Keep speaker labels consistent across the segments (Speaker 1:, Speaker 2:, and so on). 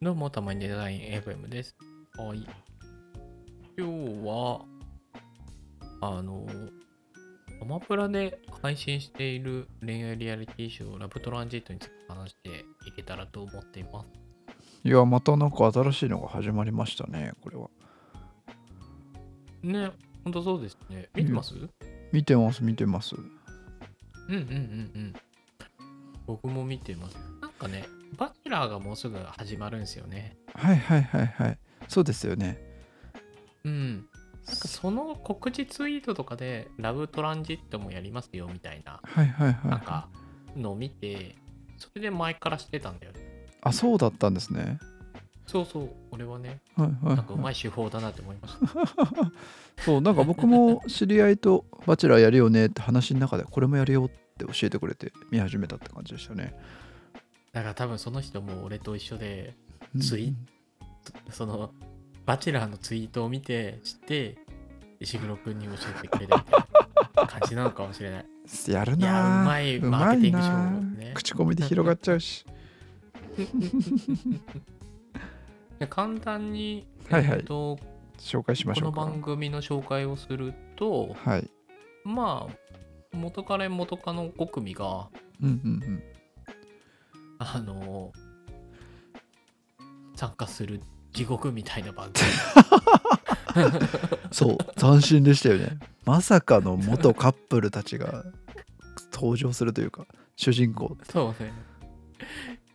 Speaker 1: どうも、たまにデザイン FM です。はい。今日は、あの、アマプラで配信している恋愛リアリティショー、ラブトランジットについて話していけたらと思っています。
Speaker 2: いや、またなんか新しいのが始まりましたね、これは。
Speaker 1: ね、ほんとそうですね。見てます、
Speaker 2: 見てます、見てます。
Speaker 1: うんうんうんうん。僕も見てます。なんかね、バチェラーがもうすぐ始まるんですよね。
Speaker 2: はいはいはいはい。そうですよね。
Speaker 1: うん。なんかその告知ツイートとかで、ラブトランジットもやりますよみたいな、
Speaker 2: はいはいはい。
Speaker 1: なんかのを見て、それで前からしてたんだよね。
Speaker 2: あ、そうだったんですね。
Speaker 1: そうそう、俺はね、
Speaker 2: はいはい、
Speaker 1: なんかう
Speaker 2: は
Speaker 1: ま
Speaker 2: い。
Speaker 1: い手法だなって思い ました。
Speaker 2: そう、なんか 僕も知り合いとバチェラーやるよねって話の中で、これもやるよって教えてくれて見始めたって感じでしたね。
Speaker 1: だから多分その人も俺と一緒で、
Speaker 2: うん
Speaker 1: ツイその、バチェラーのツイートを見て、知って、石黒くんに教えてくれたみたいな感じなのかもしれない。
Speaker 2: やる
Speaker 1: いや
Speaker 2: な
Speaker 1: ー
Speaker 2: ぁ
Speaker 1: うまいうマーケティング手
Speaker 2: な
Speaker 1: 法
Speaker 2: ぁ
Speaker 1: ですね
Speaker 2: 口コミで広がっちゃうし。
Speaker 1: で簡単に、
Speaker 2: はいはい
Speaker 1: えっと
Speaker 2: 紹介しま
Speaker 1: こ
Speaker 2: しょ
Speaker 1: の
Speaker 2: うか。
Speaker 1: 番組の紹介をすると、
Speaker 2: はい。
Speaker 1: まあ、元彼元カノ5組が、
Speaker 2: うんうんうん。
Speaker 1: あの参加する地獄みたいな番組。
Speaker 2: そう斬新でしたよねまさかの元カップルたちが登場するというか主人公
Speaker 1: そうね。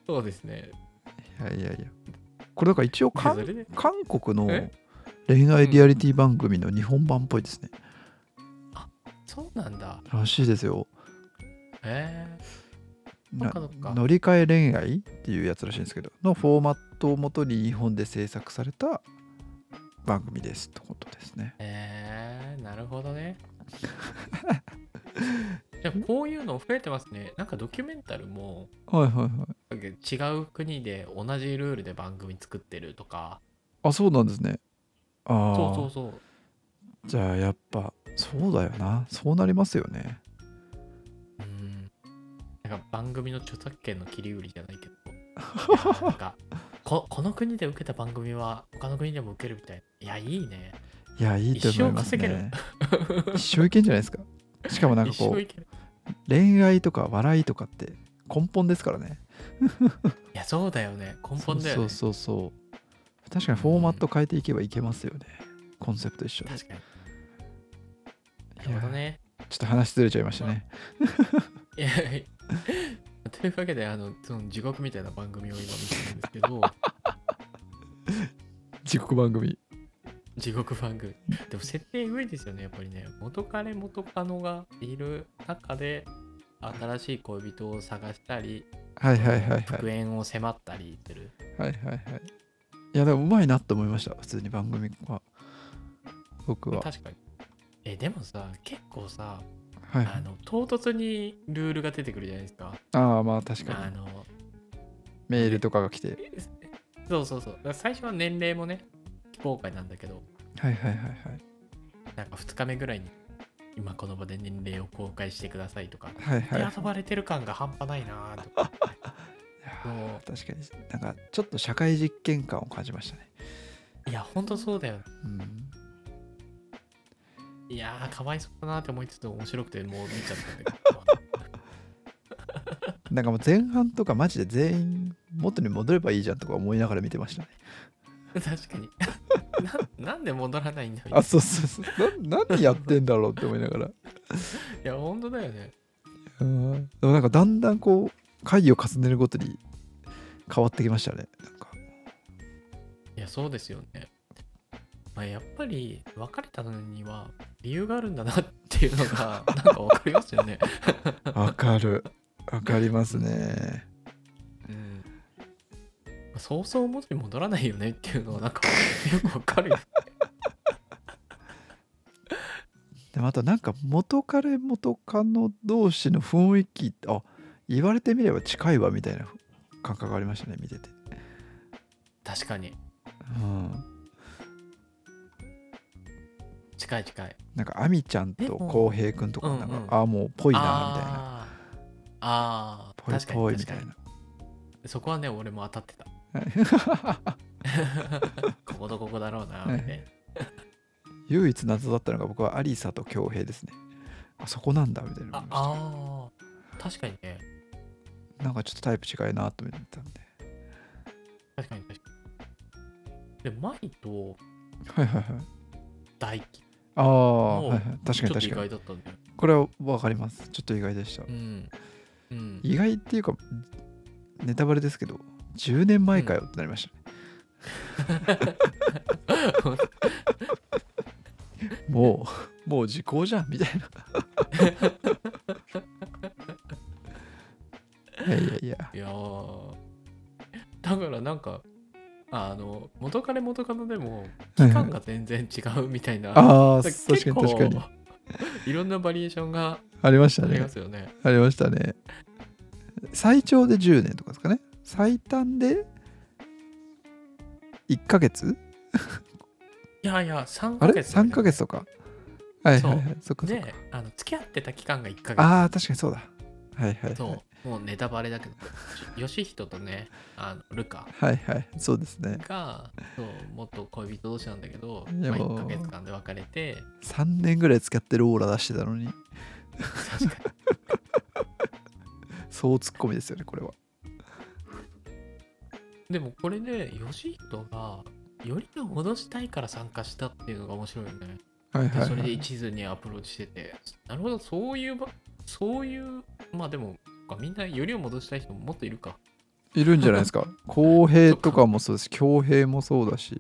Speaker 1: そうですね。
Speaker 2: いやいやいやこれなんか一応
Speaker 1: で
Speaker 2: 韓
Speaker 1: それで
Speaker 2: 韓国の
Speaker 1: え
Speaker 2: 恋愛リアリティ番組の日本版っぽいですね、
Speaker 1: そうなんだ。
Speaker 2: らしいですよ
Speaker 1: えそ
Speaker 2: な
Speaker 1: っかそっか
Speaker 2: 乗り換え恋愛っていうやつらしいんですけどのフォーマットをもとに日本で制作された番組ですってことですね
Speaker 1: ー、えー、なるほど ね。でもこういうの増えてますね。なんかドキュメンタルも
Speaker 2: はいはいはい
Speaker 1: なんか違う国で同じルールで番組作ってるとか。
Speaker 2: あそうなんですねああ
Speaker 1: そうそうそう。
Speaker 2: じゃあやっぱそうだよなそうなりますよね
Speaker 1: うんなんか番組の著作権の切り売りじゃないけどい やなんかここの国で受けた番組は他の国でも受けるみたいないやいいね
Speaker 2: いや、いいと思いますね。一生いけんじゃないですか。しかもなんか
Speaker 1: 一
Speaker 2: こ
Speaker 1: 生
Speaker 2: う、
Speaker 1: いける
Speaker 2: 恋愛とか笑いとかって根本ですからね。
Speaker 1: いやそうだよね根本だよね
Speaker 2: そうそうそうそう。確かにフォーマット変えていけばいけますよね。コンセプト一緒で。
Speaker 1: 確かになるほどね
Speaker 2: ちょっと話ずれちゃいましたね。
Speaker 1: いやいや というわけであのその地獄みたいな番組を今見てるんですけ ど
Speaker 2: 地獄番組。
Speaker 1: 地獄番組でも設定上ですよねやっぱりね元彼元カノがいる中で新しい恋人を探したり
Speaker 2: はいはいはいはい。
Speaker 1: 復縁を迫ったりする
Speaker 2: はいはいはい。いや、でもうまいなと思いました。普通に番組は。僕は。
Speaker 1: 確かにえでもさ結構さ
Speaker 2: はいは
Speaker 1: あ
Speaker 2: い。
Speaker 1: の唐突にルールが出てくるじゃないですか、
Speaker 2: ああ、まあ確
Speaker 1: あ
Speaker 2: かに。
Speaker 1: の
Speaker 2: メールとかが来て。
Speaker 1: そうそうそうだから最初は年齢もね非公開なんだけど
Speaker 2: はいはいはいはい。
Speaker 1: なんか2日目ぐらいに今この場で年齢を公開してくださいとか、
Speaker 2: はいはい。いや
Speaker 1: 遊ばれてる感が半端ないなーと かそう
Speaker 2: 確かになんかちょっと社会実験感を感じましたね。
Speaker 1: いやほんとそうだよね
Speaker 2: うん
Speaker 1: いやーかわいそうだなーって思いつつ面白くてもう見ちゃったんだけど
Speaker 2: なんかもう前半とかマジで全員元に戻ればいいじゃんとか思いながら見てましたね。
Speaker 1: 確かに ななんで戻らないんだみたい な
Speaker 2: あ、そうそうそう。な何やってんだろうって思いながら。
Speaker 1: いやほんとだよね
Speaker 2: うんでもなんかだんだんこう回を重ねるごとに変わってきましたね。なんか
Speaker 1: いや、そうですよね。まあ、やっぱり別れたのには理由があるんだなっていうのがなんかわかりますよね。
Speaker 2: わかる。わかりますね。
Speaker 1: うん。まあそうそう元に戻らないよねっていうのはなんかよくわかるよ。
Speaker 2: でもあとなんか元彼元カノ同士の雰囲気あ言われてみれば近いわみたいな感覚がありましたね見てて。
Speaker 1: 確かに。
Speaker 2: うん
Speaker 1: 近い近い。
Speaker 2: なんかアミちゃん
Speaker 1: え
Speaker 2: と
Speaker 1: うん
Speaker 2: 浩平くんとかなんか、
Speaker 1: うんうん
Speaker 2: ああもうぽいなみたいな
Speaker 1: あーあー。
Speaker 2: ぽい
Speaker 1: 確かに
Speaker 2: ぽいみ
Speaker 1: 確
Speaker 2: た
Speaker 1: か
Speaker 2: い
Speaker 1: に
Speaker 2: な
Speaker 1: そこはね、俺も当たってた。こことここだろうな、みたい
Speaker 2: 唯一謎だったのが僕はアリサと恭平ですね。あそこなんだみたい
Speaker 1: な。
Speaker 2: な
Speaker 1: あ。あー、確かにね。
Speaker 2: なんかちょっとタイプ違いなと思ってた んで。
Speaker 1: 確かに確かに。で、マイと
Speaker 2: はいはいはい。
Speaker 1: 大輝。
Speaker 2: ああ、
Speaker 1: もう
Speaker 2: はいはい、確かに確
Speaker 1: ちょ
Speaker 2: か
Speaker 1: っと
Speaker 2: に
Speaker 1: 意。外だったんだよ。
Speaker 2: これは分かります。ちょっと意外でした。
Speaker 1: うん。うん。
Speaker 2: 意外っていうか、ネタバレですけど、10年前かよってなりましたね。 もう、もう時効じゃんみたい な。いやいやいや。
Speaker 1: いやーだからなんかあの元彼元カノでも期間が全然違うみたいな
Speaker 2: ああ、
Speaker 1: だ
Speaker 2: 確かに確かに。
Speaker 1: いろんなバリエーションが
Speaker 2: ありました
Speaker 1: あり
Speaker 2: ね
Speaker 1: ま。すよね
Speaker 2: ありましたね。最長で10年とかですかね。最短で1ヶ月
Speaker 1: いやいや3
Speaker 2: あ
Speaker 1: ヶ
Speaker 2: れ
Speaker 1: 月
Speaker 2: ?3 ヶ月とか。はいはいは
Speaker 1: そ
Speaker 2: い。そっかそっか
Speaker 1: で。あの付き合ってた期間が1ヶ月
Speaker 2: ああ、確かにそうだ。はいはいはい。
Speaker 1: そうもうネタバレだけどよしひととねあのルカ
Speaker 2: はいはい。そうですね。
Speaker 1: がそう元恋人同士なんだけど、
Speaker 2: いや
Speaker 1: まあ、
Speaker 2: もう
Speaker 1: 1ヶ月間で別れて
Speaker 2: 3年ぐらい使ってるオーラ出してたのに、
Speaker 1: 確か
Speaker 2: そうツッコミですよね、これは。
Speaker 1: にでもこれでよしひとがよりを戻したいから参加したっていうのが面白いよね
Speaker 2: はい
Speaker 1: で
Speaker 2: はい、
Speaker 1: それ
Speaker 2: は
Speaker 1: で
Speaker 2: い。
Speaker 1: 一途にアプローチしてて、なるほど、そういうば、そういう、まあでも、そっかみんなよりを戻したい人ももっといるか。
Speaker 2: いるんじゃないです か。公平とかもそうですし、恭平もそうだし。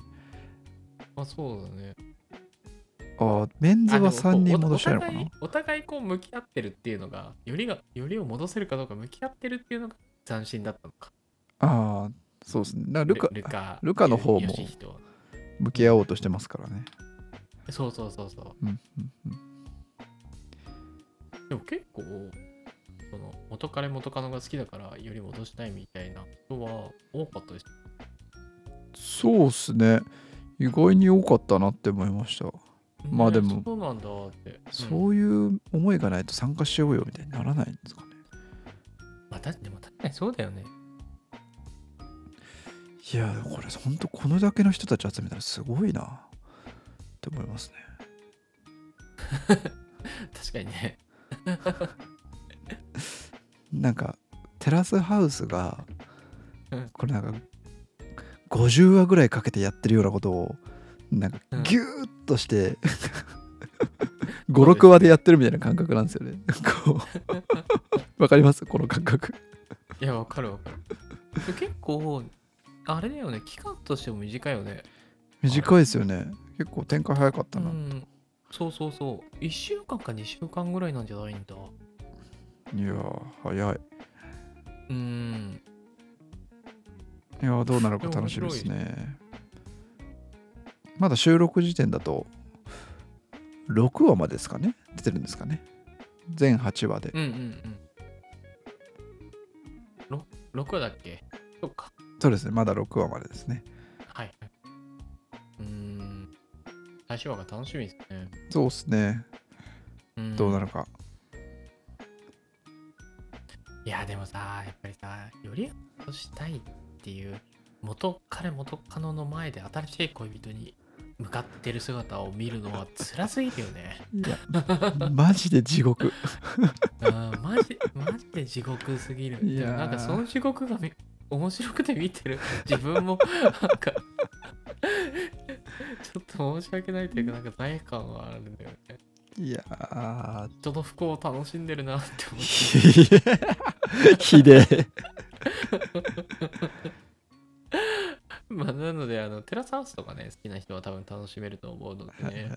Speaker 1: まあそうだね。
Speaker 2: ああ、メンズ
Speaker 1: あでも
Speaker 2: は
Speaker 1: こう
Speaker 2: 3人
Speaker 1: お
Speaker 2: 戻したいの
Speaker 1: お
Speaker 2: か
Speaker 1: 互
Speaker 2: ない
Speaker 1: お互いこう向き合ってるっていうのが、よりが、よりを戻せるかどうか向き合ってるっていうのが斬新だったのか。
Speaker 2: ああ、そうですね。なルカ
Speaker 1: ルカ
Speaker 2: ルカの方も
Speaker 1: よしひとは
Speaker 2: 向き合おうとしてますからね。
Speaker 1: そうそうそうそう。
Speaker 2: うんうんうん。
Speaker 1: でも結構、その元彼元カノが好きだからより戻したいみたいな人は多かったです。
Speaker 2: そうですね。意外に多かったなって思いました。まあでも
Speaker 1: ねそうなんだって。うん
Speaker 2: そういう思いがないと参加しようよみたいにならないんですかね。
Speaker 1: まあ、だでも確かにそうだよね。
Speaker 2: いや、これ本当このだけの人たち集めたらすごいなって思いますね。
Speaker 1: 確かにね。
Speaker 2: なんかテラスハウスが
Speaker 1: うん
Speaker 2: これなんか50話ぐらいかけてやってるようなことをなんか
Speaker 1: うん
Speaker 2: ギューッとして56話でやってるみたいな感覚なんですよね。こ うわかりますこの感覚。
Speaker 1: いや、わかるわかる。結構、あれだよね、期間としても短いよね。
Speaker 2: 短いですよね。結構展開早かった
Speaker 1: う
Speaker 2: な。
Speaker 1: ん。そうそうそう。1週間か2週間ぐらいなんじゃないんだ。う
Speaker 2: いやー早い。
Speaker 1: ん。
Speaker 2: いやーどうなるか楽しみですね。まだ収録時点だと6話までですかね出てるんですかね全8話で。
Speaker 1: うんうんうん。ろ6話だっけそっか。
Speaker 2: そうですねまだ6話までですね。
Speaker 1: はい。うーん。最終話が楽しみですね。
Speaker 2: そうですね
Speaker 1: うん、
Speaker 2: どうなるか。
Speaker 1: いやでもさやっぱりさよりをしたいっていう元彼元カノの前で新しい恋人に向かってる姿を見るのは辛すぎるよね。
Speaker 2: いや マジで地
Speaker 1: う
Speaker 2: 獄。
Speaker 1: んマジマジで地獄すぎる。
Speaker 2: い
Speaker 1: で
Speaker 2: やー
Speaker 1: もなんかその地獄がみ面白くて見てる自分もなんかちょっと申し訳ないというかなんか罪悪感はあるんだよね。
Speaker 2: いや ー
Speaker 1: 人の不幸を楽しんでるなって思って。
Speaker 2: ひでえ。
Speaker 1: まあなのであのテラスハウスとかね好きな人は多分楽しめると思うのでね。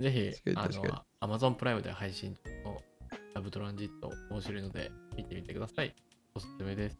Speaker 1: ぜひ
Speaker 2: 確、か
Speaker 1: あ
Speaker 2: に確かに
Speaker 1: の、Amazon プライムで配信のラブトランジット面白いので見てみてください。おすすめです。